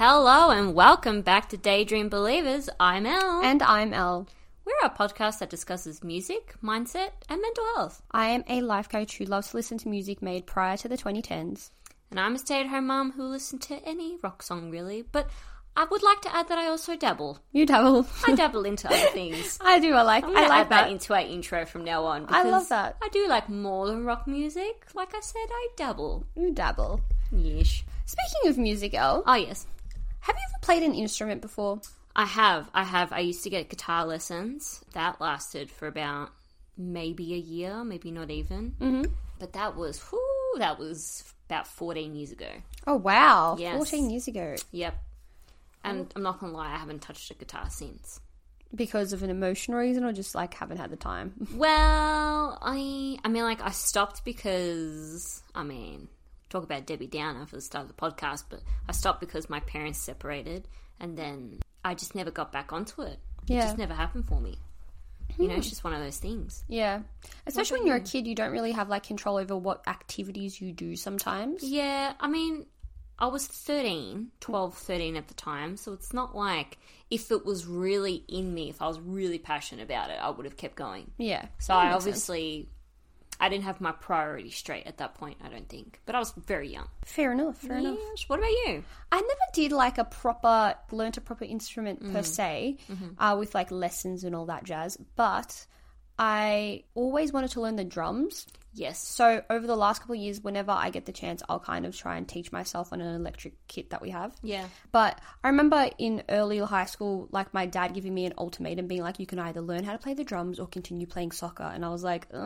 Hello and welcome back to Daydream Believers. I'm Elle. And I'm Elle. We're a podcast that discusses music, mindset, and mental health. I am a life coach who loves to listen to music made prior to the 2010s. And I'm a stay at home mum who listens to any rock song, really. But I would like to add that I also dabble. You double. I dabble into other things. I do. I like. I'm going I to like add that. that. into our intro from now on. I because love that. I do like more than rock music. Like I said, I dabble. You dabble. Yeesh. Speaking of music, Elle, Oh, yes. have you ever played an instrument before? I have. I have. I used to get guitar lessons. That lasted for about maybe a year, maybe not even. Mm-hmm. But that was, whew, that was about 14 years ago. Oh wow, Yes. fourteen years ago, Yep. And I'm not going to lie, I haven't touched a guitar since. because of an emotional reason, or just like haven't had the time. Well, I I mean like I stopped because I mean, talk about Debbie Downer for the start of the podcast, but I stopped because my parents separated and then I just never got back onto it. It Yeah. just never happened for me. You know, it's just one of those things. Yeah, especially when you're a Mm-hmm. kid, you don't really have like control over what activities you do sometimes. Yeah, I mean, I was 13, 12, 13 at the time, so it's not like if it was really in me, if I was really passionate about it, I would have kept going. Yeah, So That I makes sense. obviously I didn't have my priorities straight at that point, I don't think. But I was very young. fair enough. Fair enough. Yes. What about you? I never did like a proper learnt a proper instrument per se, uh, with like lessons and all that jazz. But I always wanted to learn the drums. Yes. So over the last couple of years, whenever I get the chance, I'll kind of try and teach myself on an electric kit that we have. Yeah. But I remember in early high school, like my dad giving me an ultimatum, being like, "You can either learn how to play the drums or continue playing soccer." And I was like, uh,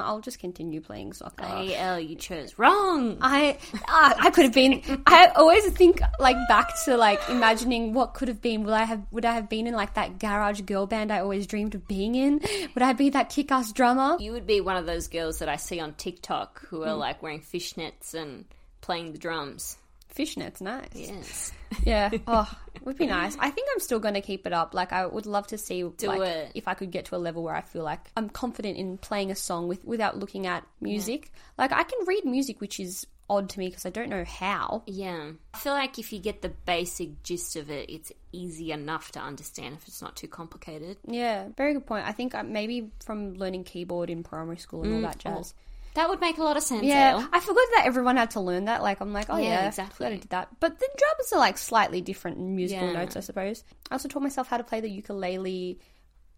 "I'll just continue playing soccer." AL, you chose wrong. I ah, I could have been. I always think like back to like imagining what could have been. Would I have would I have been in like that garage girl band I always dreamed of being in? Would I be that kick ass drummer? You would be one of those girls that I see on TikTok who are Hmm. like wearing fishnets and playing the drums. Fishnet's nice. Yeah. Yes. Oh, would be nice. I think I'm still going to keep it up. Like I would love to see like, it. if I could get to a level where I feel like I'm confident in playing a song with without looking at music. Like I can read music, which is odd to me because I don't know how. Yeah. I feel like if you get the basic gist of it, it's easy enough to understand if it's not too complicated. Yeah, very good point. I think uh, maybe from learning keyboard in primary school and all that jazz. That would make a lot of sense. Yeah, Elle. I forgot that everyone had to learn that. Like, I'm like, oh Yeah, yeah, exactly. I forgot I did that. But the drums are like slightly different musical Yeah. notes, I suppose. I also taught myself how to play the ukulele.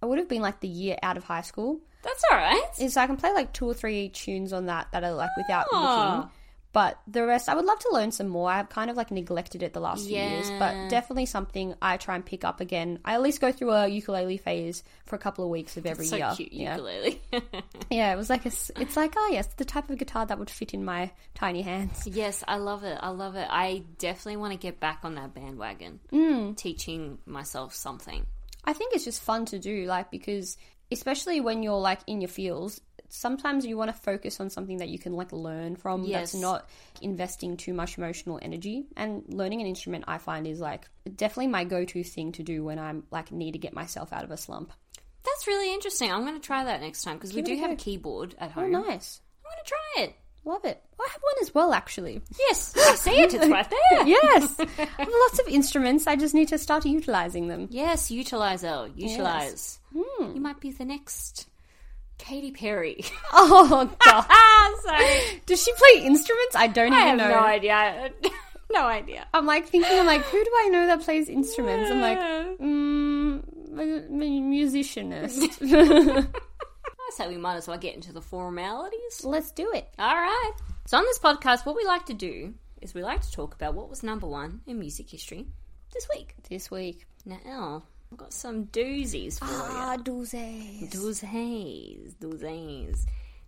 I would have been like the year out of high school, That's all right. is I can play like two or three tunes on that that are like without Ah. looking. But the rest, I would love to learn some more. I've kind of like neglected it the last few years, Yeah. but definitely something I try and pick up again. I at least go through a ukulele phase for a couple of weeks of every so year. cute, yeah. ukulele. Yeah, it was like a s it's like oh yes, the type of guitar that would fit in my tiny hands. yes, I love it. I love it. I definitely want to get back on that bandwagon, Mm. teaching myself something. I think it's just fun to do, like because especially when you're like in your fields, sometimes you want to focus on something that you can like learn from Yes. that's not investing too much emotional energy. And learning an instrument, I find, is like definitely my go-to thing to do when I'm like need to get myself out of a slump. That's really interesting. I'm going to try that next time because we Give it do a have a go. keyboard at Oh, home. I'm going nice, to try it. love it. I have one as well, actually. Yes, I see it. It's right there. yes, I have lots of instruments. I just need to start utilizing them. Yes, utilize Elle. Utilize. Mm. You might be the next Katy Perry. Oh god. ah, sorry. Does she play instruments? I don't I even have know. no idea. no idea. I'm like thinking, I'm like, who do I know that plays instruments? I'm like, Uh, mm, m- m- musicianist. I say we might as well get into the formalities. Let's do it. All right. So on this podcast, what we like to do is we like to talk about what was number one in music history this week. This week. Now, Elle, I've got some doozies for you. doozies. Doozies, doozies.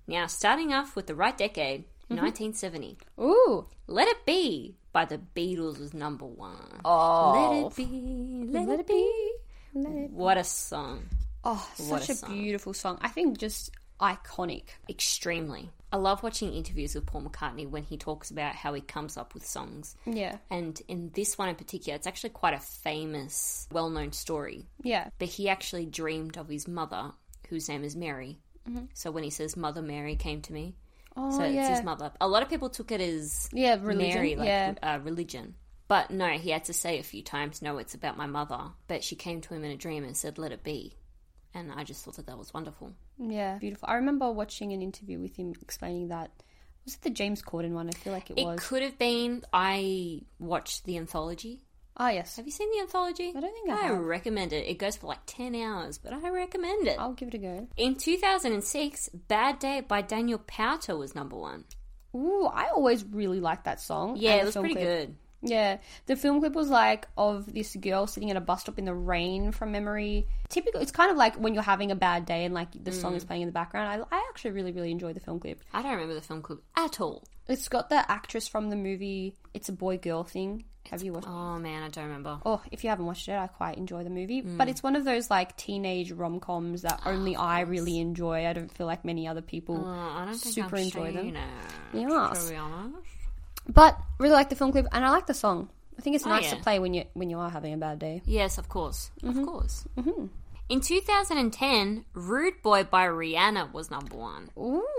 Now, starting off with the right decade, 1970. Ooh. Let It Be by the Beatles was number one. Oh. Let it be, let, Let it it be. Let it- What a song. Oh, What such a a, song. beautiful song. I think just iconic. Extremely. I love watching interviews with Paul McCartney when he talks about how he comes up with songs. Yeah. And in this one in particular, it's actually quite a famous, well known story. Yeah. But he actually dreamed of his mother, whose name is Mary. So when he says, Mother Mary came to me, Mm-hmm. Oh, so it's yeah. his mother. A lot of people took it as yeah, religion. Mary, like yeah. uh, religion. But no, he had to say a few times, no, it's about my mother. But she came to him in a dream and said, let it be. And I just thought that that was wonderful. Yeah, beautiful. I remember watching an interview with him explaining that. Was it the James Corden one? I feel like it, It was. could have been, I watched the anthology. Ah, yes. Have you seen the anthology? I don't think I have. recommend it. It goes for like 10 hours, but I recommend it. I'll give it a go. In 2006, Bad Day by Daniel Powter was number one. Ooh, I always really liked that song. Yeah, and the it was film pretty clip. good. Yeah, the film clip was like of this girl sitting at a bus stop in the rain from memory. Typical, it's kind of like when you're having a bad day and like the Mm. song is playing in the background. I, I actually really, really enjoy the film clip. I don't remember the film clip at all. It's got the actress from the movie It's a Boy Girl Thing. Have you watched Oh man, I don't remember. Oh, if you haven't watched it, I quite enjoy the movie. Mm. But it's one of those like teenage rom coms that only I really enjoy. I don't feel like many other people. Ah, Uh, I don't think Super I've enjoy them. seen it, Yes. To be honest. But really like the film clip, and I like the song. I think it's nice Oh, yeah. to play when you when you are having a bad day. Yes, of course, Mm-hmm. of course. In 2010, "Rude Boy" by Rihanna was number one.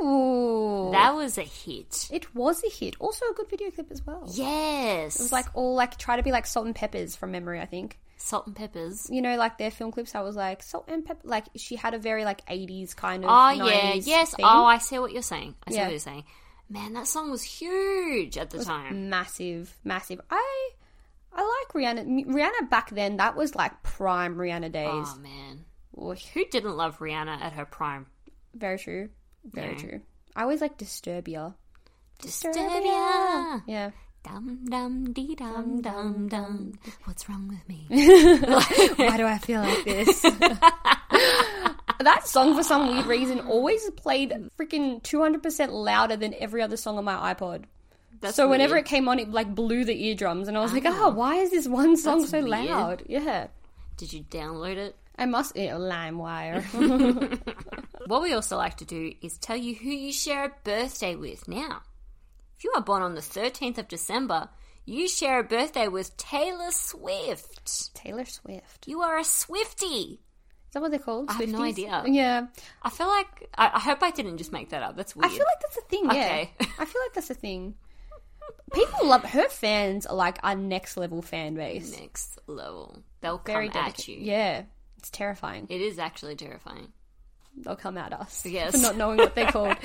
Ooh, That was a hit. it was a hit. Also a good video clip as well. Yes, It was like all like try to be like Salt and Peppers from memory. I think salt and peppers. you know like their film clips. I was like Salt and Pepper. Like she had a very like eighties kind of. Oh yeah, 90s yes. thing. Oh, I see what you're saying. I see Yeah. what you're saying. Man, that song was huge at the time. massive, massive. I I like Rihanna. Rihanna back then, that was like prime Rihanna days. Oh man, Whoosh. who didn't love Rihanna at her prime? Very true. Very Yeah. true. I always like Disturbia. Disturbia. Yeah. Dum dum dee dum dum dum. What's wrong with me? Why do I feel like this? that song, for some weird reason, always played freaking 200% louder than every other song on my iPod. That's so whenever weird. Ah. it came on, it like blew the eardrums, and I was like, "Oh, why is this one song so weird. loud?" Yeah, Did you download it? I must eat a LimeWire. What we also like to do is tell you who you share a birthday with now. If you are born on the 13th of December, you share a birthday with Taylor Swift. Taylor Swift. You are a Swifty. Is that what they're called? I have no Swifties? idea. Yeah. I feel like, I, I hope I didn't just make that up. That's I weird. feel like that's a thing, Okay. yeah. I feel like that's a thing. People love her fans are like our next level fan base. Next level. They'll Very come dedicated. at you. Yeah. It's terrifying. It is actually terrifying. They'll come at us. Yes. For not knowing what they're called.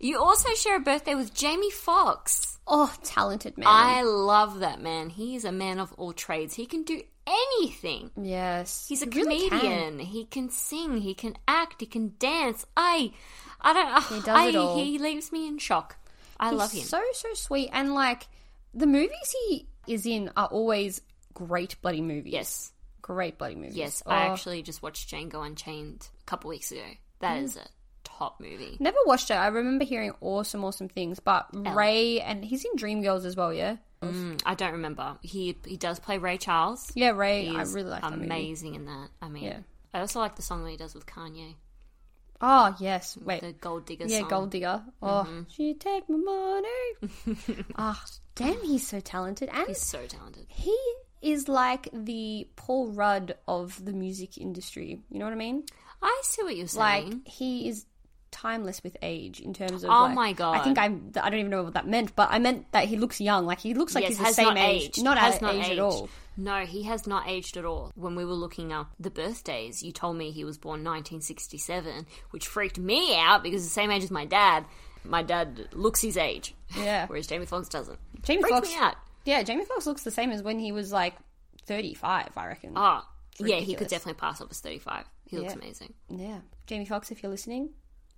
You also share a birthday with Jamie Foxx. oh, talented man. I love that man. He is a man of all trades. He can do anything. yes. He's a He really can. comedian. He can sing. He can act. He can dance. I, I don't. He does it all. He leaves me in shock. I love him. So, so sweet. And like the movies he is in are always great bloody movies. yes, Great bloody movies. yes. Oh. I actually just watched Django Unchained a couple weeks ago. Hmm. That is a top movie. Never watched it. I remember hearing awesome, awesome things. But Ray and he's in Dreamgirls as well, yeah. Mm, I don't remember. He he does play Ray Charles. Yeah, Ray. I He's really like that movie. amazing in that. I mean, Yeah. I also like the song that he does with Kanye, Oh yes, wait. the Gold Digger yeah, song. Mm-hmm. Gold Digger. Oh, she take my money. Ah, damn, he's so talented, and He's so talented. he is like the Paul Rudd of the music industry. You know what I mean? I see what you're saying. Like he is timeless with age in terms of. Oh like- my God. I think I'm. I don't even know what that meant, but I meant that he looks young. Like he looks like yes, he's the has same not age, aged. not has out of not age aged. at all. No, he has not aged at all. When we were looking up the birthdays, you told me he was born 1967, which freaked me out because the same age as my dad. My dad looks his age, Yeah, whereas Jamie Foxx doesn't. Jamie freaks Foxx. me out. Yeah, Jamie Foxx looks the same as when he was like 35, I reckon. Oh, yeah, he could ridiculous. definitely pass off as 35. He looks Yeah. amazing. Yeah, Jamie Foxx, if you're listening,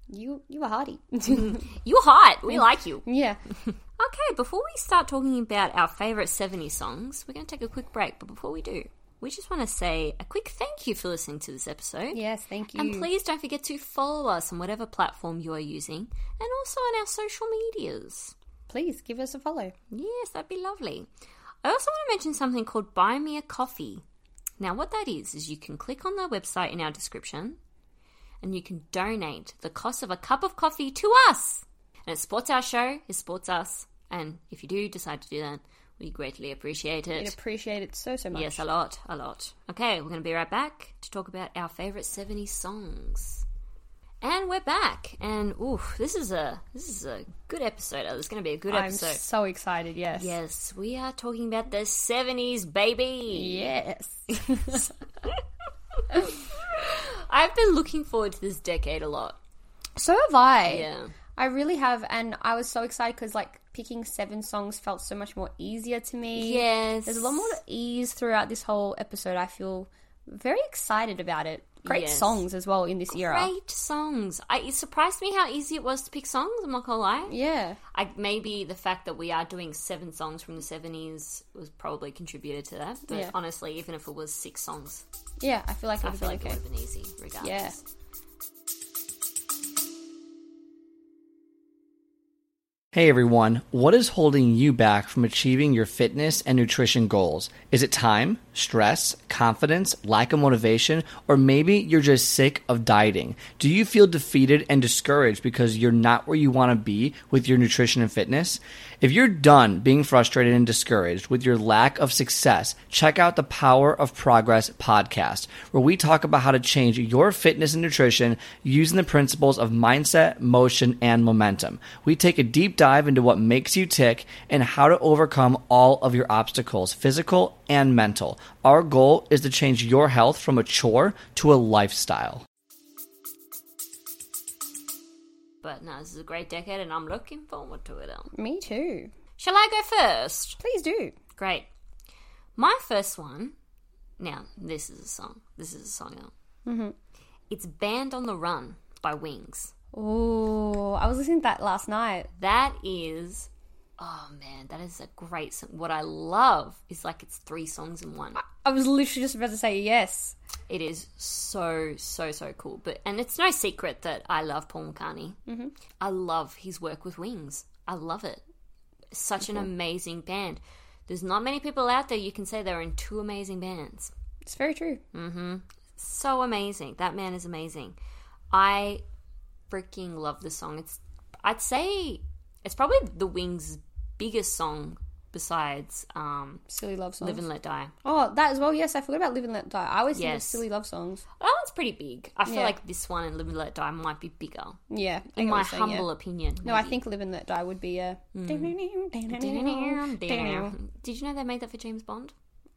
you you were hardy. You're hot. We like you. yeah, Okay, before we start talking about our favourite 70s songs, we're going to take a quick break. But before we do, we just want to say a quick thank you for listening to this episode. yes, thank you. And please don't forget to follow us on whatever platform you are using and also on our social medias. please give us a follow. Yes, that'd be lovely. I also want to mention something called Buy Me a Coffee. Now, what that is, is you can click on their website in our description and you can donate the cost of a cup of coffee to us. And it supports our show, it supports us. And if you do decide to do that, we greatly appreciate We'd it. appreciate it so so much. Yes, a lot, a lot. Okay, we're going to be right back to talk about our favourite 70s songs. And we're back. And oof, this is a this is a good episode. Oh, This is going to be a good I'm episode. so excited, yes. Yes, we are talking about the 70s, baby. Yes. I've been looking forward to this decade a lot. so have I. Yeah. I really have, and I was so excited because like picking seven songs felt so much more easier to me. Yes. there's a lot more ease throughout this whole episode. I feel very excited about it. Great Yes. songs as well in this era. great songs. I, it surprised me how easy it was to pick songs, I'm not going to lie. Yeah, I, maybe the fact that we are doing seven songs from the 70s was probably contributed to that. But Yeah. honestly, even if it was six songs, yeah. I feel like I I feel feel like it okay. would have been easy regardless. Yeah. Hey everyone, what is holding you back from achieving your fitness and nutrition goals? Is it time, stress, confidence, lack of motivation, or maybe you're just sick of dieting? Do you feel defeated and discouraged because you're not where you want to be with your nutrition and fitness? If you're done being frustrated and discouraged with your lack of success, check out the Power of Progress podcast, where we talk about how to change your fitness and nutrition using the principles of mindset, motion, and momentum. We take a deep dive into what makes you tick and how to overcome all of your obstacles, physical and mental. Our goal is to change your health from a chore to a lifestyle. But no, this is a great decade and I'm looking forward to it. um. Me too. Shall I go first? Please do. Great. My first one. Now, this is a song. This is a song. mm It's Band on the Run by Wings. Oh, I was listening to that last night. That is. Oh man, that is a great song. What I love is like it's three songs in one. I was literally just about to say yes. It is so so so cool. But and it's no secret that I love Paul McCartney. Mm-hmm. I love his work with Wings. I love it. Such an amazing band. There's not many people out there you can say they're in two amazing bands. It's very true. so amazing. That man is amazing. I freaking love the song. It's I'd say it's probably the Wings' biggest song besides um, Silly love songs. "Live and Let Die." oh, that as well. Yes, I forgot about Live and Let Die. I always think of Yes. silly love songs. That one's pretty big. I feel Yeah. like this one and "Live and Let Die" might be bigger, Yeah, I in get what my you're saying, yeah. humble opinion. No, I think Live and Let Die would be a. Did you know they made that for James Bond?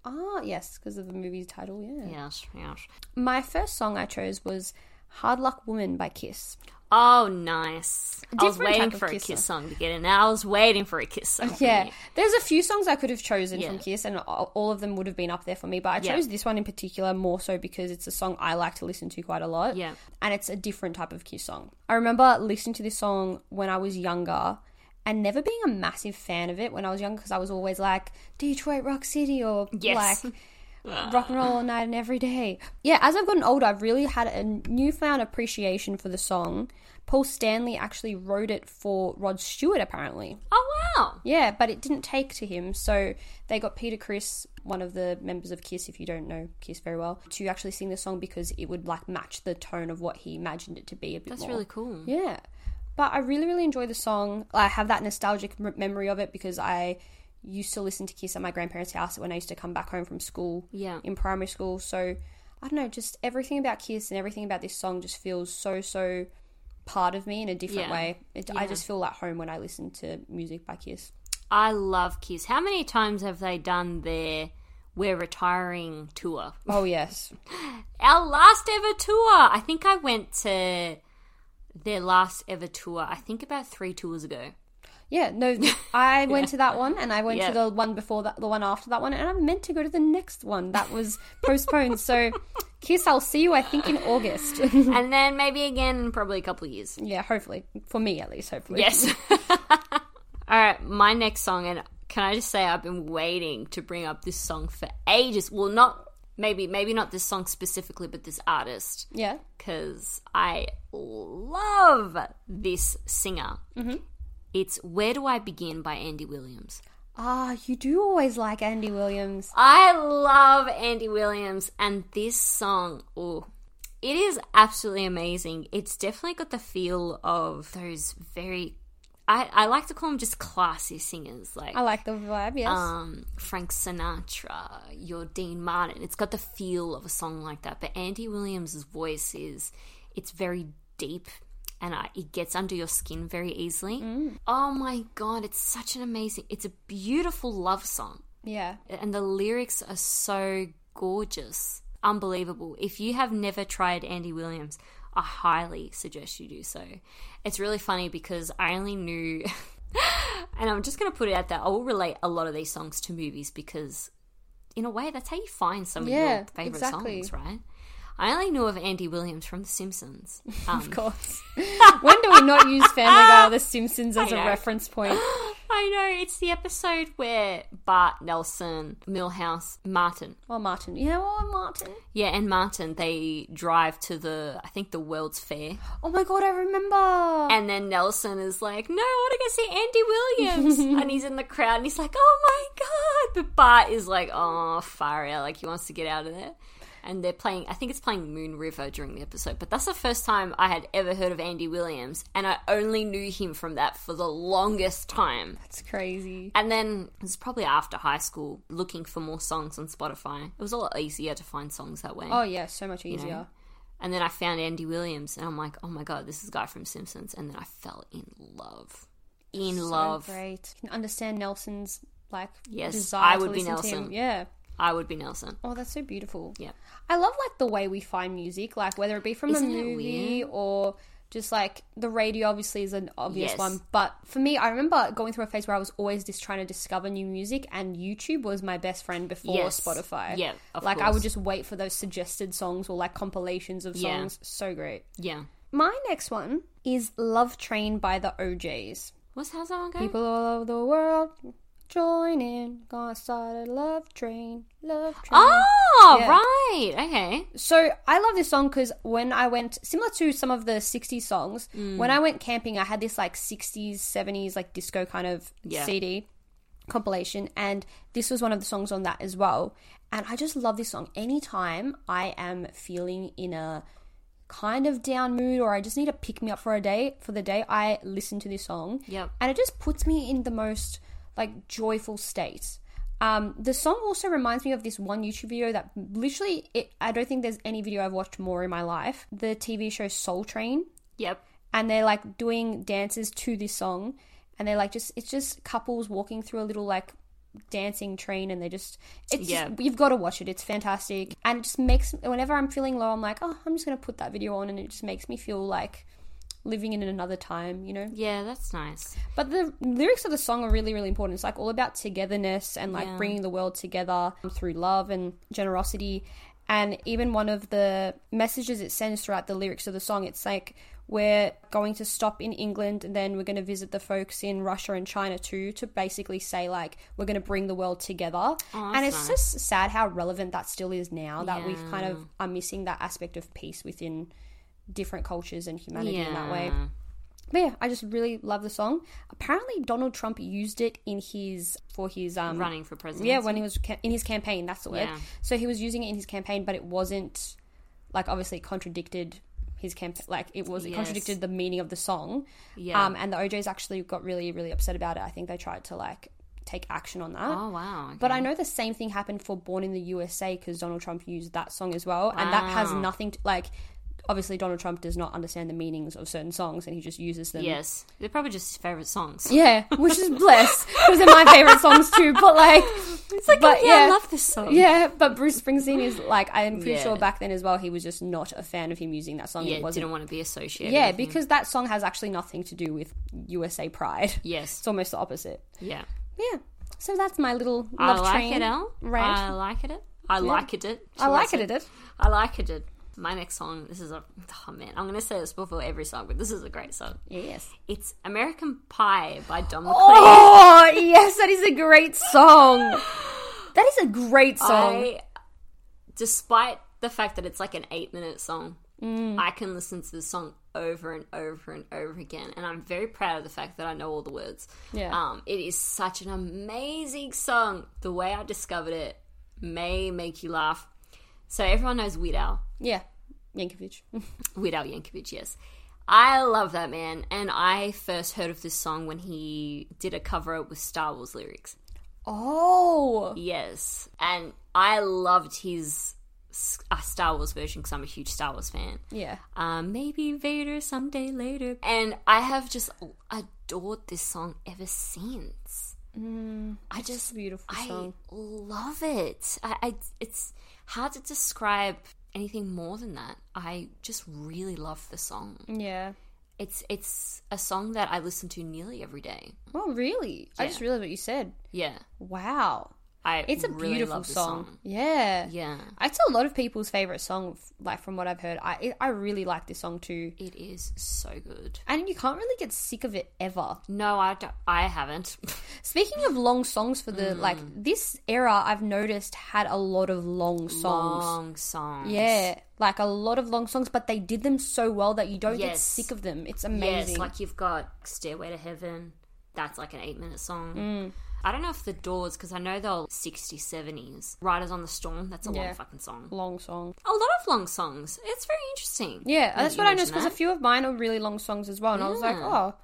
Ah, yes, because of the movie's title, yeah. Yes, yes. My first song I chose was Hard Luck Woman by Kiss. Oh, nice. I was different waiting type of for a kiss kiss song to get in. I was waiting for a kiss song. from Yeah, you. there's a few songs I could have chosen from Yeah. Kiss, and all all of them would have been up there for me, but I Yeah. chose this one in particular more so because it's a song I like to listen to quite a lot. Yeah. And it's a different type of Kiss song. I remember listening to this song when I was younger. And never being a massive fan of it when I was younger because I was always like Detroit Rock City or Yes. like rock and roll all night and every day. Yeah, as I've gotten older, I've really had a newfound appreciation for the song. Paul Stanley actually wrote it for Rod Stewart, apparently. Oh wow. Yeah, but it didn't take to him, so they got Peter Chris, one of the members of Kiss, if you don't know Kiss very well, to actually sing the song because it would like match the tone of what he imagined it to be a bit That's more. really cool. Yeah. But I really, really enjoy the song. I have that nostalgic m- memory of it because I used to listen to Kiss at my grandparents' house when I used to come back home from school Yeah. in primary school. So I don't know, just everything about Kiss and everything about this song just feels so, so part of me in a different Yeah. way. It, I just feel at home when I listen to music by Kiss. I love Kiss. How many times have they done their We're Retiring tour? Oh, yes. Our last ever tour! I think I went to their last ever tour, I think about three tours ago. Yeah, no, I went to that one and I went Yeah. to the one before that, the one after that one, and I'm meant to go to the next one that was postponed. so, Kiss, I'll see you, I think, in August. and then maybe again in probably a couple of years. yeah, hopefully. For me, at least, hopefully. Yes. All right, my next song, and can I just say I've been waiting to bring up this song for ages. Well, not maybe, maybe not this song specifically, but this artist. Yeah. because I love this singer. It's Where Do I Begin by Andy Williams. Ah, you do always like Andy Williams. I love Andy Williams and this song. Oh, it is absolutely amazing. It's definitely got the feel of those very. I, I like to call them just classy singers, like I like the vibe, yes. um, Frank Sinatra, your Dean Martin. It's got the feel of a song like that, but Andy Williams' voice is it's very deep and I, it gets under your skin very easily. Oh my god, it's such an amazing, it's a beautiful love song Yeah. and the lyrics are so gorgeous, unbelievable. If you have never tried Andy Williams, I highly suggest you do so. It's really funny because I only knew, and I'm just going to put it out there. I will relate a lot of these songs to movies because, in a way, that's how you find some of Yeah, your favorite exactly. songs, right? I only knew of Andy Williams from The Simpsons. Um, Of course. when do we not use Family Guy or The Simpsons as a know. reference point? I know it's the episode where Bart Nelson, Millhouse, Martin Or Martin. You know what, Martin? Yeah, and Martin, they drive to the, I think, the World's Fair. Oh my god, I remember. And then Nelson is like, no, I want to go see Andy Williams. and he's in the crowd and he's like, oh my God. But Bart is like, oh, far out. Like, he wants to get out of there. And they're playing, I think it's playing Moon River during the episode. But that's the first time I had ever heard of Andy Williams. And I only knew him from that for the longest time. That's crazy. And then it was probably after high school looking for more songs on Spotify. It was a lot easier to find songs that way. Oh yeah, so much easier. And then I found Andy Williams, and I'm like, oh my god, this is the guy from Simpsons. And then I fell in love, in So love. great. You can understand Nelson's like Yes, desire I would to be listen to him. Nelson. Yeah. I would be Nelson. Oh, that's so beautiful. Yeah. I love like the way we find music, like whether it be from Isn't a it movie or just like the radio obviously is an obvious Yes. one. But for me, I remember going through a phase where I was always just trying to discover new music and YouTube was my best friend before Yes. Spotify. Yeah, of like I course. would just wait for those suggested songs or like compilations of Yeah. songs. So great. Yeah. My next one is Love Train by the OJs. What's how's that one go? People all over the world join in. Gonna start a love train. Love train. oh, Yeah. right. Okay. So I love this song because when I went, similar to some of the 60s songs, when I went camping, I had this like 60s, 70s, like disco kind of Yeah. CD compilation. And this was one of the songs on that as well. And I just love this song. Anytime I am feeling in a kind of down mood or I just need to pick me up for a day, for the day, I listen to this song. Yep. And it just puts me in the most like joyful state. Um, the song also reminds me of this one YouTube video that literally, it, I don't think there's any video I've watched more in my life. The TV show Soul Train, Yep. and they're like doing dances to this song, and they're like just it's just couples walking through a little like dancing train, and they just it's Yeah. just, you've got to watch it. It's fantastic, and it just makes whenever I'm feeling low, I'm like, oh, I'm just gonna put that video on, and it just makes me feel like living in another time, you know. Yeah, that's nice. But the lyrics of the song are really, really important. It's like all about togetherness and like Yeah. bringing the world together through love and generosity. And even one of the messages it sends throughout the lyrics of the song, it's like, we're going to stop in England and then we're going to visit the folks in Russia and China too to basically say, like, we're going to bring the world together. and it's just sad how relevant that still is now that we've kind of are missing that aspect of peace within different cultures and humanity in that way. Yeah. But yeah, I just really love the song. Apparently, Donald Trump used it in his for his um Running for president. Yeah, when he was ca- in his campaign, that's the word. Yeah. So he was using it in his campaign, but it wasn't like obviously it contradicted his campaign. Like it was it Yes. contradicted the meaning of the song. Yeah. Um, and the OJ's actually got really really upset about it. I think they tried to like take action on that. Oh wow. okay. But I know the same thing happened for Born in the USA because Donald Trump used that song as well, and that has Wow. nothing to, like. Obviously, Donald Trump does not understand the meanings of certain songs, and he just uses them. yes, they're probably just his favorite songs. Yeah, which is bless because they're my favorite songs too. But like, it's like, but oh, yeah, I love this song. yeah, but Bruce Springsteen is like, I'm pretty Yeah. sure back then as well, he was just not a fan of him using that song. Yeah, it wasn't. didn't Mm-hmm. want to be associated. yeah, with him. because that song has actually nothing to do with USA Pride. yes, It's almost the opposite. yeah. Yeah. So that's my little I love like train it, Al. rant. I like it. it. I like it. it. I Shall like say? it, it is. I like it. it. My next song, this is a, oh man, I'm going to say this before every song, but this is a great song. Yes. It's American Pie by Don McLean. Oh yes, that is a great song. That is a great song. I, despite the fact that it's like an eight minute song, Mm. I can listen to the song over and over and over again. And I'm very proud of the fact that I know all the words. Yeah. Um, it is such an amazing song. The way I discovered it may make you laugh. So everyone knows Weird Al. yeah, Yankovic. Weird Al Yankovic, yes. I love that man, and I first heard of this song when he did a cover with Star Wars lyrics. Oh, Yes, and I loved his s- a Star Wars version because I'm a huge Star Wars fan. Yeah. Um, maybe Vader someday later. And I have just adored this song ever since. Mm, I just a beautiful I song. love it. I, I it's hard to describe anything more than that. I just really love the song. Yeah. It's it's a song that I listen to nearly every day. Oh, really? I Yeah. just realized what you said. Yeah, Wow. I It's a really beautiful love this song. Yeah. Yeah, It's a lot of people's favorite song, f- like from what I've heard. I it- I really like this song too, it is so good. and you can't really get sick of it ever. No, I don't, I haven't. Speaking of long songs for the like Mm. this era, I've noticed had a lot of long songs. Long songs. Yeah, like a lot of long songs, but they did them so well that you don't get Yes. sick of them. It's Yes, amazing. like you've got Stairway to Heaven. That's like an eight minute song. Mm. I don't know if The Doors, because I know they're all 60s, 70s. Riders on the Storm, that's a Yeah. long fucking song. long song. A lot of long songs. It's very interesting. Yeah, Now that's that what I you noticed because mention a few of mine are really long songs as well, and I was Hmm. like, oh,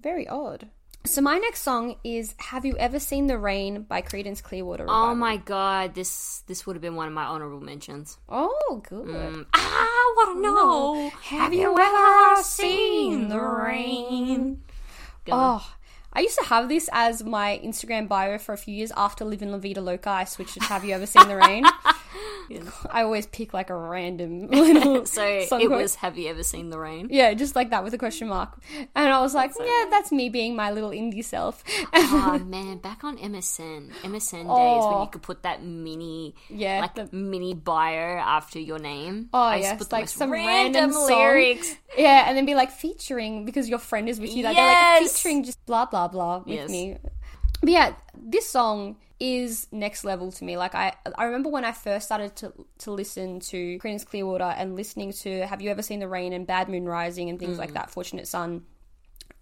very odd. So my next song is "Have You Ever Seen the Rain" by Creedence Clearwater that. Revival. Oh my god, this this would have been one of my honorable mentions. Oh, good. Um, I Oh, want to know Have you ever seen the rain? Oh, I used to have this as my Instagram bio for a few years. After "Living La Vida Loca," I switched it to "Have You Ever Seen the Rain." I always pick like a random little So song it quote. was Have you ever seen the rain? Yeah, just like that with a question mark. And I was like, yeah, that's me being my little indie self. oh man, back on MSN, MSN days when Oh. you could put that mini, Yeah, like the- mini bio after your name. Oh, used to yeah, put it's the like most some random, song. lyrics. Yeah, and then be like featuring because your friend is with you. That day, like Yes. featuring just blah blah blah with Yes. me. But yeah, this song is next level to me. Like I, I remember when I first started to to listen to Creedence Clearwater and listening to Have You Ever Seen the Rain and Bad Moon Rising and Mm. things like that, Fortunate Son,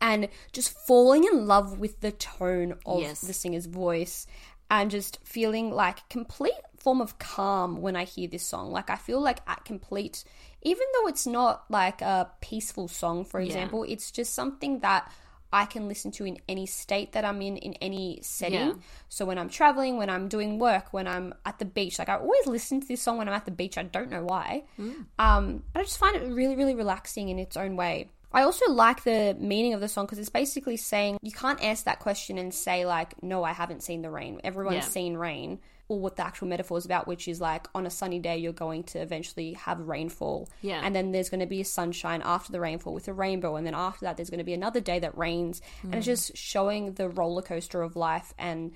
and just falling in love with the tone of Yes. the singer's voice and just feeling like complete form of calm when I hear this song. Like I feel like at complete, even though it's not like a peaceful song, for example, it's just something that I can listen to in any state that I'm in, in any setting. Yeah. So when I'm traveling, when I'm doing work, when I'm at the beach, like I always listen to this song when I'm at the beach. I don't know why. Um, but I just find it really, really relaxing in its own way. I also like the meaning of the song because it's basically saying you can't answer that question and say like, "No, I haven't seen the rain." Everyone's Yeah. seen rain, or what the actual metaphor is about, which is like on a sunny day you're going to eventually have rainfall, Yeah. and then there's going to be sunshine after the rainfall with a rainbow, and then after that there's going to be another day that rains, and Mm. it's just showing the roller coaster of life and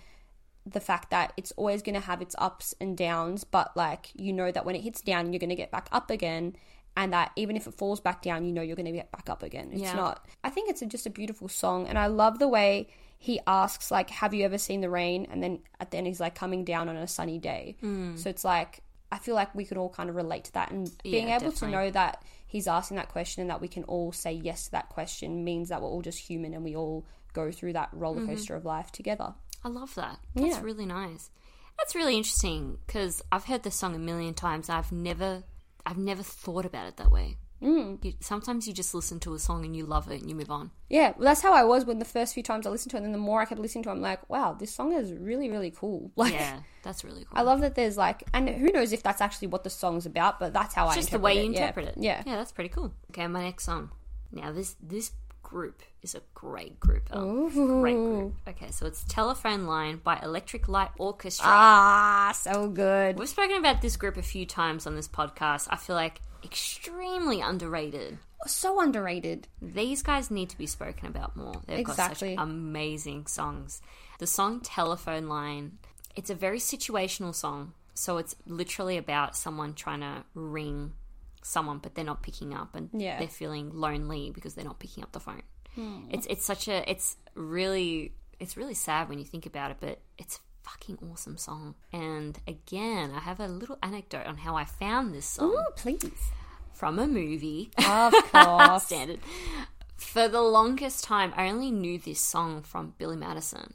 the fact that it's always going to have its ups and downs, but like you know that when it hits down, you're going to get back up again, and that even if it falls back down, you know you're going to get back up again. It's Yeah. not. I think it's a, just a beautiful song, and I love the way he asks like, "Have you ever seen the rain?" And then at the end, he's like, "Coming down on a sunny day." So it's like I feel like we could all kind of relate to that, and being Hmm. Yeah, able definitely. to know that he's asking that question and that we can all say yes to that question means that we're all just human and we all go through that roller Mm-hmm. coaster of life together. I love that. That's Yeah. really nice. That's really interesting because I've heard this song a million times. I've never, I've never thought about it that way. Mm. You, sometimes you just listen to a song and you love it and you move on. Yeah, well, that's how I was when the first few times I listened to it, and then the more I kept listening to it, I'm like, wow, this song is really, really cool. Like, Yeah, that's really cool. I love that there's like, and who knows if that's actually what the song's about, but that's how I It's just the interpret way you it, yeah. interpret it. Yeah. yeah, that's pretty cool. Okay, my next song. Now this this group is a great group. Oh, great group. Okay, so it's Telephone Line by Electric Light Orchestra. Ah, so good. We've spoken about this group a few times on this podcast. I feel like extremely underrated. So underrated. These guys need to be spoken about more. They've Exactly. got such amazing songs. The song Telephone Line, it's a very situational song. So it's literally about someone trying to ring someone but they're not picking up and Yeah. Hmm. they're feeling lonely because they're not picking up the phone. It's it's such a it's really it's really sad when you think about it, but it's a fucking awesome song. And again, I have a little anecdote on how I found this song Oh, please. from a movie Of course. standard. For the longest time, I only knew this song from Billy Madison.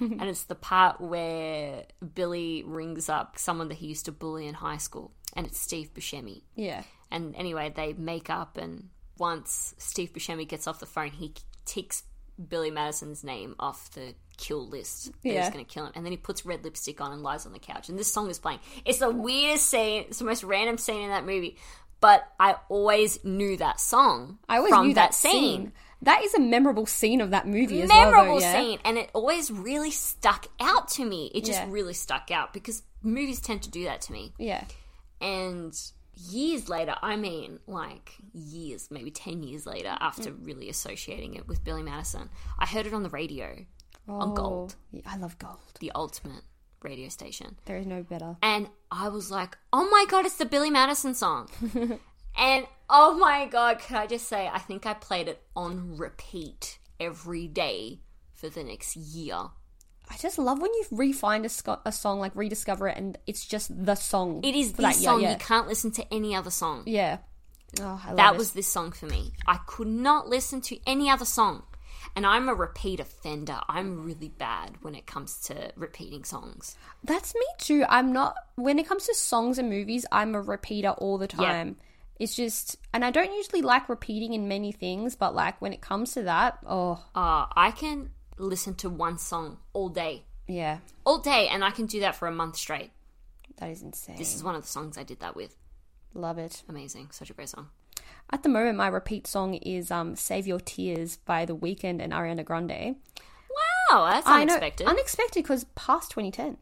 and it's the part where Billy rings up someone that he used to bully in high school, and it's Steve Buscemi. yeah. And anyway, they make up, and once Steve Buscemi gets off the phone, he takes Billy Madison's name off the kill list that Yeah. he's going to kill him. And then he puts red lipstick on and lies on the couch. And this song is playing. It's the weirdest scene. It's the most random scene in that movie. But I always knew that song I always from knew that, scene. That is a memorable scene of that movie as well. memorable though, yeah? scene and it always really stuck out to me it just Yeah. really stuck out because movies tend to do that to me Yeah. and years later i mean like years maybe 10 years later after Mm. really associating it with billy madison i heard it on the radio on gold Oh, I love gold. the ultimate radio station There is no better. and I was like, "Oh my god, it's the Billy Madison song!" and oh my god, could I just say, I think I played it on repeat every day for the next year. I just love when you re-find a, sco- a song, like rediscover it, and it's just the song. It is for this that year, song; Yeah. you can't listen to any other song. yeah. Oh, I love that it. was this song for me. I could not listen to any other song. And I'm a repeat offender. I'm really bad when it comes to repeating songs. That's me too. I'm not when it comes to songs and movies, I'm a repeater all the time. It's just and I don't usually like repeating in many things, but like when it comes to that, oh Uh, I can listen to one song all day, yeah, all day, and I can do that for a month straight. that is insane. This is one of the songs I did that with. love it. Amazing. Such a great song. At the moment my repeat song is um Save Your Tears by The Weeknd and Ariana Grande. Wow, Oh, that's unexpected. I know unexpected cuz past 2010.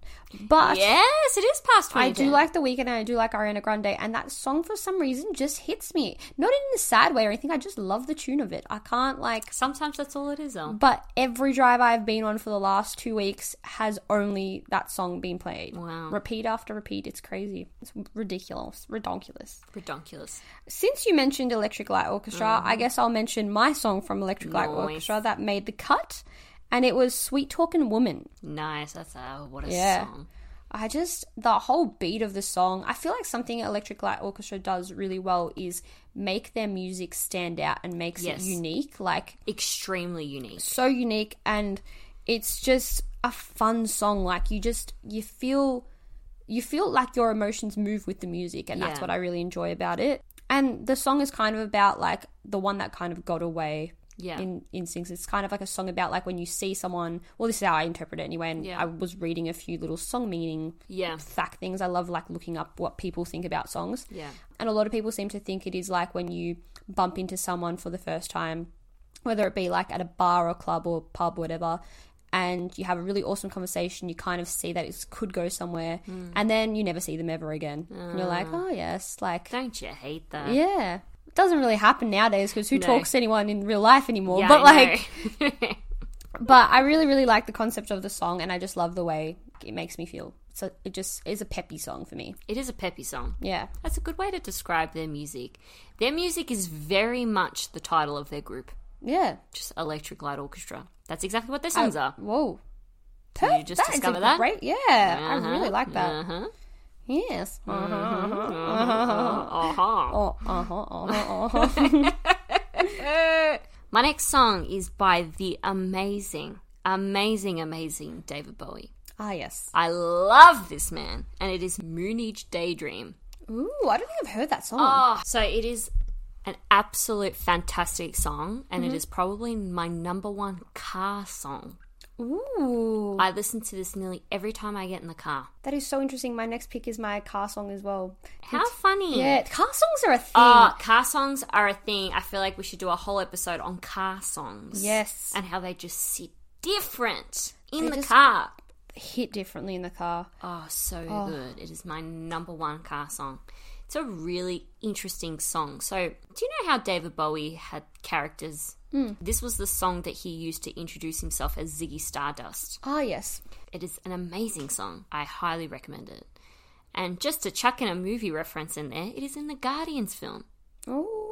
But yes, it is past 20. I do like The Weeknd and I do like Ariana Grande, and that song for some reason just hits me. Not in a sad way or anything. I just love the tune of it. I can't like Sometimes that's all it is, though. But every drive I've been on for the last two weeks has only that song been played. Wow. Repeat after repeat. It's crazy. It's ridiculous. Redonkulous. Redonkulous. Since you mentioned Electric Light Orchestra, I guess I'll mention my song from Electric Light Nice. Orchestra that made the cut, and it was Sweet Talkin' Woman. Nice. That's oh, what a Yeah. song. I just the whole beat of the song. I feel like something Electric Light Orchestra does really well is make their music stand out and makes Yes. it unique. Like Extremely unique. so unique and it's just a fun song like you just you feel you feel like your emotions move with the music and that's Yeah. what I really enjoy about it and the song is kind of about like the one that kind of got away Yeah. in instincts it's kind of like a song about like when you see someone well this is how I interpret it anyway and Yeah. I was reading a few little song meaning yeah. fact things I love like looking up what people think about songs Yeah. and a lot of people seem to think it is like when you bump into someone for the first time, whether it be like at a bar or club or pub, whatever, and you have a really awesome conversation, you kind of see that it could go somewhere, Hmm. and then you never see them ever again. And you're like, oh, yes, like, Ah. Don't you hate that? yeah. It doesn't really happen nowadays because who No. talks to anyone in real life anymore? Yeah, but I like, know. but I really, really like the concept of the song, and I just love the way it makes me feel. So it just is a peppy song for me. it is a peppy song. Yeah. That's a good way to describe their music. Their music is very much the title of their group, Yeah. just Electric Light Orchestra. That's exactly what their songs are. Whoa. Did you just That is a discover that? Great. Yeah. I really like that. Uh-huh. Yes. Uh-huh. Uh-huh. Oh, uh-huh, uh-huh, uh-huh. My next song is by the amazing, amazing, amazing David Bowie. ah, yes. I love this man, and it is Moon Age Daydream. Ooh, I don't think I've heard that song. Oh, so it is an absolute fantastic song, and it is probably my number one car song. Ooh. Oh. I listen to this nearly every time I get in the car. That is so interesting. My next pick is my car song as well. How funny! Yeah, car songs are a thing. Oh, car songs are a thing. I feel like we should do a whole episode on car songs. Yes. And how they just sit different in They the just- car. Hit differently in the car. Oh, so good. It is my number one car song. It's a really interesting song. So, do you know how David Bowie had characters? Hmm. This was the song that he used to introduce himself as Ziggy Stardust. Ah, yes. It is an amazing song. I highly recommend it. And just to chuck in a movie reference in there, it is in the Guardians film. Ooh.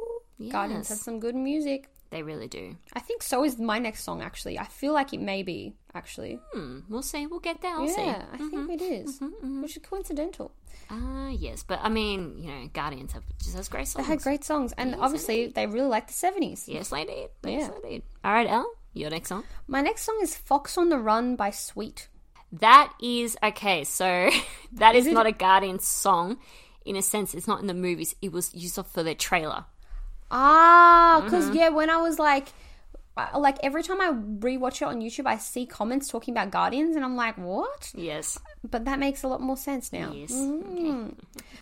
Yes. Guardians has some good music. They really do. I think so is my next song, actually. I feel like it may be, actually. Hmm, we'll see. We'll get there. I'll yeah, see. Mm-hmm. I think it is. Which is coincidental. Ah, yes. But I mean, you know, Guardians have just has great They songs. had great songs, and obviously they really like the 70s. Yes, they did. Yeah. Yes, they did. All right, Elle, your next song. My next song is Fox on the Run by Sweet. That is okay. So that is, it- not a Guardian song. In a sense, it's not in the movies. It was used off for their trailer. Mm-hmm. Ah, because yeah, when I was like, I- like every time I rewatch it on YouTube, I see comments talking about Guardians, and I'm like, what? Yes. But that makes a lot more sense now. Yes. Mm-hmm.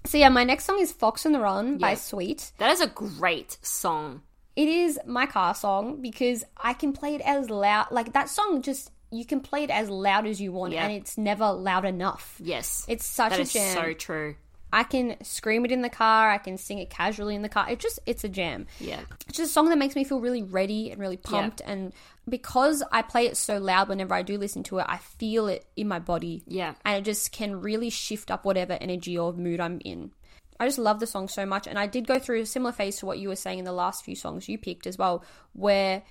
So yeah, my next song is "Fox on the Run" by Yeah. Sweet. That is a great song. It is my car song because I can play it as loud. Like that song, just you can play it as loud as you want, Yeah. and it's never loud enough. Yes. It's such that a is jam. so true. I can scream it in the car. I can sing it casually in the car. It just it's a jam. Yeah. It's just a song that makes me feel really ready and really pumped. And because I play it so loud whenever I do listen to it, I feel it in my body. Yeah. And it just can really shift up whatever energy or mood I'm in. I just love the song so much. And I did go through a similar phase to what you were saying in the last few songs you picked as well, where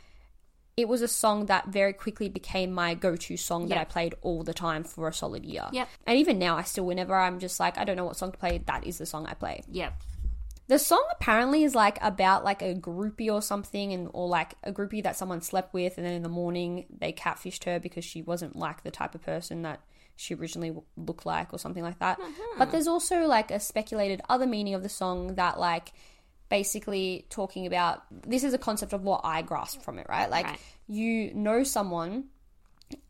it was a song that very quickly became my go to song that Yeah. I played all the time for a solid year. Yep. And even now, I still, whenever I'm just like, I don't know what song to play, that is the song I play. Yep. The song apparently is like about like a groupie or something, and or like a groupie that someone slept with, and then in the morning they catfished her because she wasn't like the type of person that she originally w- looked like, or something like that. But there's also like a speculated other meaning of the song that like basically talking about this is a concept of what I grasped from it, right? Like Right. you know someone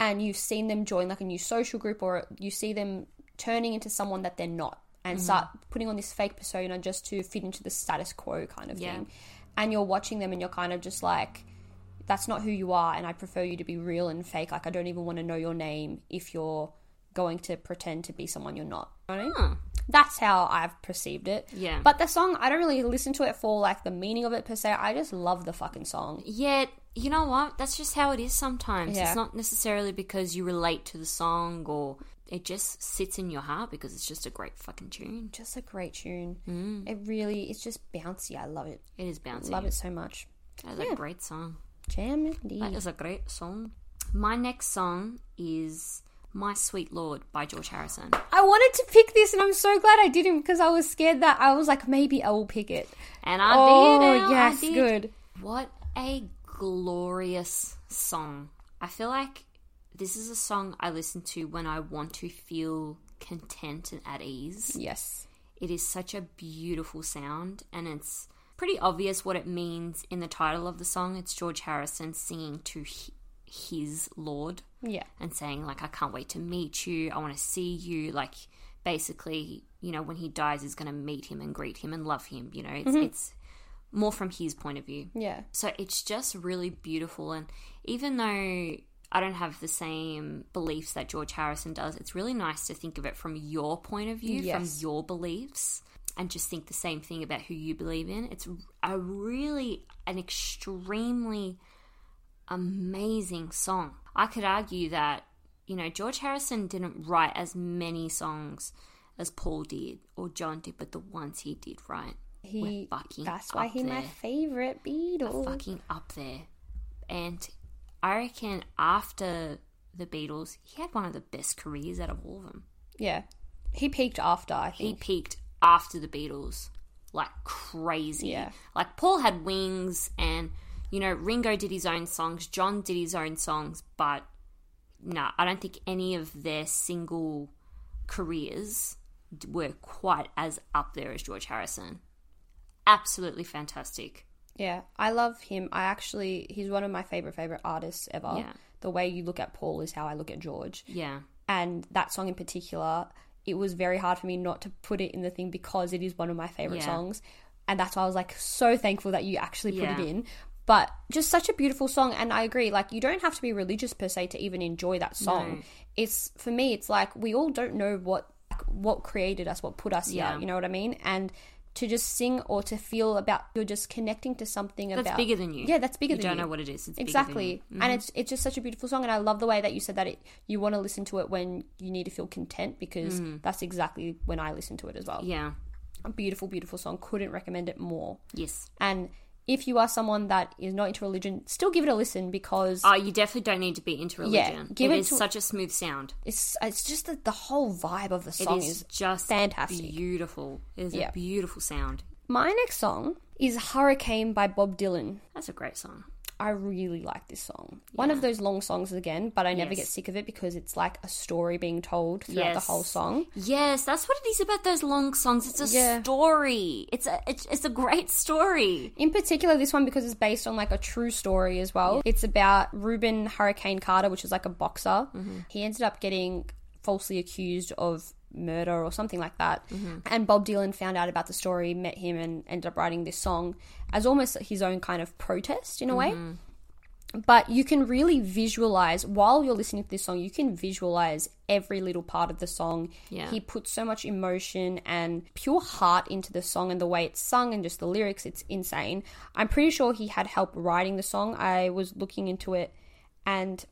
and you've seen them join like a new social group or you see them turning into someone that they're not and Mm-hmm. start putting on this fake persona just to fit into the status quo kind of Yeah. thing. And you're watching them and you're kind of just like, that's not who you are and I prefer you to be real and fake. Like I don't even want to know your name if you're going to pretend to be someone you're not. You know what I mean? That's how I've perceived it. Yeah. But the song, I don't really listen to it for like the meaning of it per se. I just love the fucking song. Yet, you know what? That's just how it is sometimes. Yeah. It's not necessarily because you relate to the song or it just sits in your heart because it's just a great fucking tune. Just a great tune. Mm. It really, it's just bouncy. I love it. It is bouncy. Love it so much. That is a great song. Jam indeed. That is a great song. My next song is My Sweet Lord by George Harrison. I wanted to pick this and I'm so glad I didn't because I was scared that I was like, maybe I will pick it. And I oh, did. Al, I yes, did. good. What a glorious song. I feel like this is a song I listen to when I want to feel content and at ease. Yes. It is such a beautiful sound, and it's pretty obvious what it means in the title of the song. It's George Harrison singing to hi- his Lord Yeah. and saying, like, I can't wait to meet you. I want to see you. Like, basically, you know, when he dies, he's going to meet him and greet him and love him. You know, it's, it's more from his point of view. Yeah. So it's just really beautiful. And even though I don't have the same beliefs that George Harrison does, it's really nice to think of it from your point of view, Yes. from your beliefs, and just think the same thing about who you believe in. It's a really, an extremely amazing song. I could argue that, you know, George Harrison didn't write as many songs as Paul did or John did, but the ones he did write. He, fucking that's why up he's my there. favorite Beatle. fucking up there. And I reckon after the Beatles, he had one of the best careers out of all of them. Yeah. He peaked after, I He think. peaked after the Beatles like crazy. Yeah. Like Paul had wings and you know Ringo did his own songs, John did his own songs, but no, I don't think any of their single careers d- were quite as up there as George Harrison. Absolutely fantastic. Yeah, I love him. I actually, he's one of my favorite favorite artists ever. Yeah. The way you look at Paul is how I look at George, Yeah. and that song in particular, it was very hard for me not to put it in the thing because it is one of my favorite Yeah. songs, and that's why I was like so thankful that you actually put Yeah. it in. But just such a beautiful song, and I agree. Like you don't have to be religious per se to even enjoy that song. It's for me, it's like we all don't know what what created us, what put us Yeah. here. You know what I mean? And to just sing or to feel about you're just connecting to something That's about bigger than you. yeah that's bigger you than don't you know what it is. It's bigger than you. exactly and it's it's just such a beautiful song and i love the way that you said that it, you want to listen to it when you need to feel content because that's exactly when i listen to it as well Mm. Yeah. a beautiful beautiful song couldn't recommend it more Yes. and if you are someone that is not into religion still give it a listen because Oh, you definitely don't need to be into Yeah, religion. give it it is to- such a smooth sound. it's it's just that the whole vibe of the It song is is just fantastic. beautiful. It is Yeah. a beautiful sound. my next song is hurricane by bob dylan That's a great song. I really like this song. One of those long songs again, but I never Yes. get sick of it because it's like a story being told throughout the Yes. whole song. Yes, that's what it is about those long songs. It's a Yeah. story. It's a it's, it's a great story. In particular, this one because it's based on like a true story as well. It's about Reuben Hurricane Carter, which is like a boxer. He ended up getting falsely accused of murder or something like that. And Bob Dylan found out about the story, met him, and ended up writing this song as almost his own kind of protest in a way but you can really visualize while you're listening to this song you can visualize every little part of the song Yeah. he puts so much emotion and pure heart into the song and the way it's sung and just the lyrics it's insane i'm pretty sure he had help writing the song i was looking into it and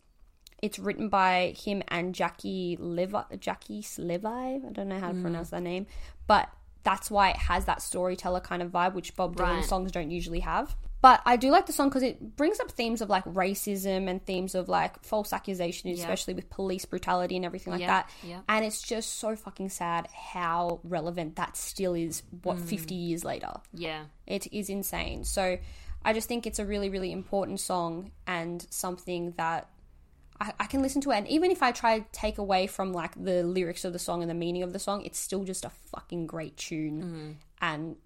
it's written by him and Jackie Levi. Jackie Levi. I don't know how to Mm. pronounce that name, but that's why it has that storyteller kind of vibe, which Bob Dylan Right. songs don't usually have. But I do like the song because it brings up themes of like racism and themes of like false accusation, especially with police brutality and everything like Yeah, that. yeah. And it's just so fucking sad how relevant that still is. What fifty Mm. years later? Yeah. It is insane. So I just think it's a really, really important song and something that I, I can listen to it. And even if I try to take away from like the lyrics of the song and the meaning of the song, it's still just a fucking great tune and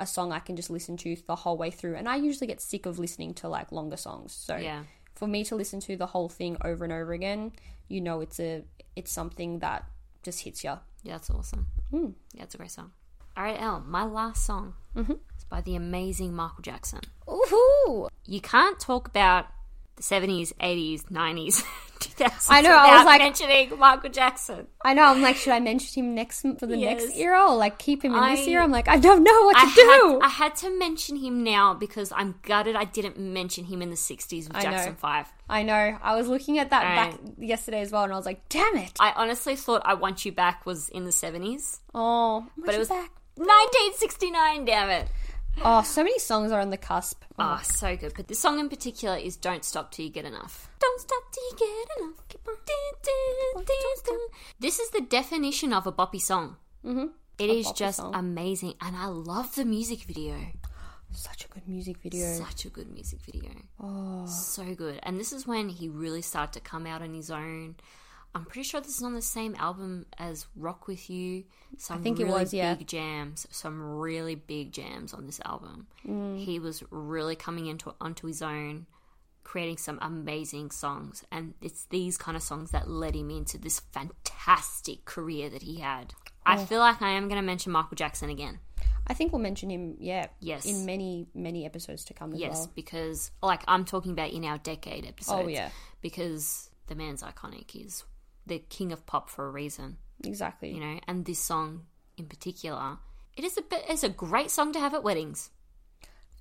a song I can just listen to the whole way through. And I usually get sick of listening to like longer songs. So Yeah. for me to listen to the whole thing over and over again, you know, it's a it's something that just hits you. Yeah, that's awesome. Hmm. Yeah, it's a great song. All right, Elle, my last song Mm-hmm. is by the amazing Michael Jackson. Ooh, You can't talk about the 70s, 80s, 90s, 2000s I know, I was without like- mentioning Michael Jackson. I know. I'm like, should I mention him next m- for the Yes. next era or like keep him in this I- era? I'm like, I don't know what to I do. had, I had to mention him now because I'm gutted I didn't mention him in the 60s with I know. Jackson 5. I know. I was looking at that back Alright. yesterday as well, and I was like, damn it. I honestly thought I Want You Back was in the 70s. oh, But it was back. 1969, damn it. Oh, so many songs are on the cusp. Oh, so good. But this song in particular is Don't Stop Till You Get Enough. Don't stop till you get enough. Keep on. Do, do, do, do. This is the definition of a boppy song. Mm-hmm. is boppy just song. amazing. And I love the music video. Such a good music video. Oh. Such a good music video. So good. And this is when he really started to come out on his own. I'm pretty sure this is on the same album as Rock With You. Some think it really was, yeah. big jams. Some really big jams on this album. Mm. He was really coming into onto his own, creating some amazing songs. And it's these kind of songs that led him into this fantastic career that he had. I Oh. feel like I am going to mention Michael Jackson again. I think we'll mention him, yeah. Yes. In many, many episodes to come as Yes, well. because like I'm talking about in our decade episodes. Oh, yeah. because the man's iconic. He's the king of pop for a reason, Exactly. you know. And this song in particular, it is a bit, it's a great song to have at weddings.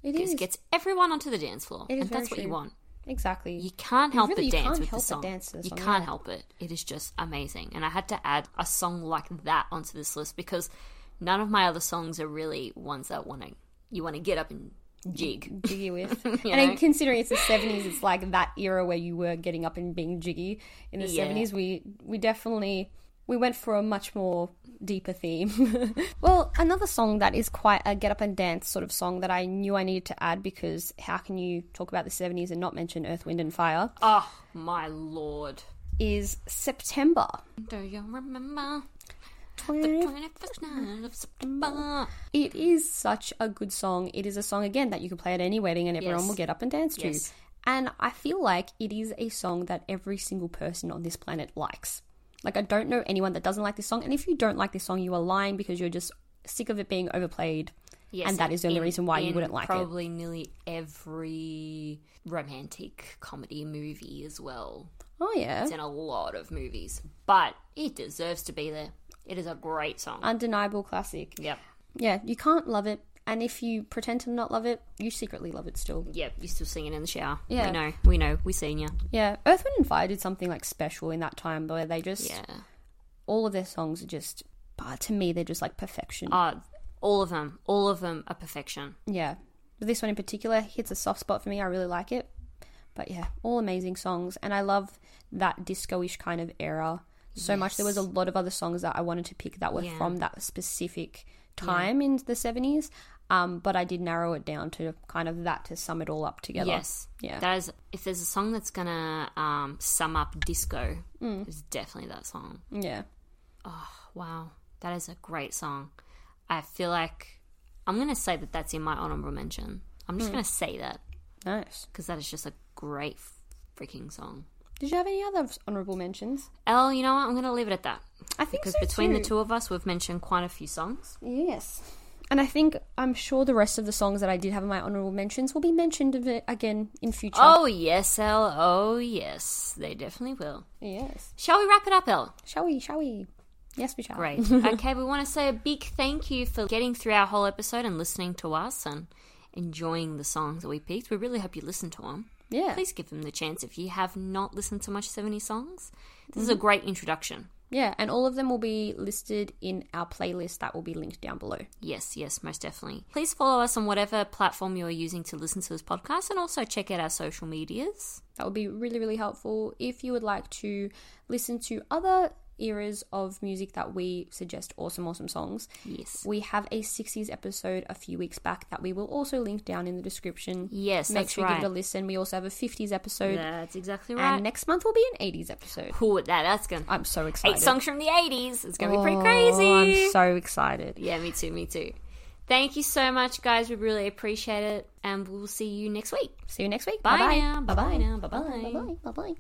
it It is. gets everyone onto the dance floor, is and very that's what you true. want. exactly. You can't help really- but you dance can't with help the song. but dance to the you song, can't yeah. help it. It is just amazing, and I had to add a song like that onto this list because none of my other songs are really ones that want to you want to get up and jig. jiggy with. and know? then considering it's the seventies, it's like that era where you were getting up and being jiggy. In the Yeah. seventies, we we definitely we went for a much more deeper theme. well, another song that is quite a get up and dance sort of song that I knew I needed to add because how can you talk about the seventies and not mention Earth, Wind and Fire? Oh my lord. Is September. Do you remember the Twenty 21st night of September? It is such a good song. It is a song again that you can play at any wedding and everyone Yes. will get up and dance to. Yes. And I feel like it is a song that every single person on this planet likes. Like I don't know anyone that doesn't like this song. And if you don't like this song, you are lying because you're just sick of it being overplayed. Yes, and that is the only in- reason why you in wouldn't like it. Probably nearly every romantic comedy movie as well. Oh yeah. It's in a lot of movies, but it deserves to be there. It is a great song. Undeniable classic. yep, Yeah, you can't love it. And if you pretend to not love it, you secretly love it still. yep. You still sing it in the shower. Yeah. we know, we know, we seen you. Yeah. Earth, Wind and Fire did something like special in that time where they just Yeah. all of their songs are just but to me they're just like perfection. Uh, all of them, all of them are perfection. yeah But this one in particular hits a soft spot for me i really like it but yeah all amazing songs and i love that disco-ish kind of era so much there was a lot of other songs that i wanted to pick that were Yeah. from that specific time in the 70s Um, but I did narrow it down to kind of that to sum it all up together. Yes. Yeah. That is, if there's a song that's going to um, sum up disco, Mm. it's definitely that song. Yeah. Wow. That is a great song. I feel like I'm going to say that that's in my honorable mention. I'm just going to say that Nice. because that is just a great freaking song. Did you have any other honorable mentions? Elle, you know what? I'm going to leave it at that. I think Because so between too. the two of us, we've mentioned quite a few songs. Yes. And I think I'm sure the rest of the songs that I did have in my honorable mentions will be mentioned of it again in future. Oh, yes, Elle. Oh, yes. They definitely will. yes. Shall we wrap it up, Elle? Shall we? Shall we? Yes, we shall. Great. okay, we want to say a big thank you for getting through our whole episode and listening to us and enjoying the songs that we picked. We really hope you listen to them. Yeah. Please give them the chance if you have not listened to much 70 songs. This is a great introduction. Yeah, and all of them will be listed in our playlist that will be linked down below. Yes, yes, most definitely. Please follow us on whatever platform you're using to listen to this podcast and also check out our social medias. That would be really, really helpful if you would like to listen to other eras of music that we suggest awesome, awesome songs. Yes. We have a 60s episode a few weeks back that we will also link down in the description. Yes, Make that's sure you give it a right. listen. We also have a 50s episode. That's exactly And right. next month will be an 80s episode. Cool with that. That's going to. I'm so excited. Eight songs from the 80s. It's going to be pretty Oh, crazy. I'm so excited. Yeah, me too, me too. Thank you so much, guys. We really appreciate it. And we'll see you next week. See you next week. Bye Bye-bye. now. Bye-bye now. Bye-bye. Bye-bye. Bye-bye.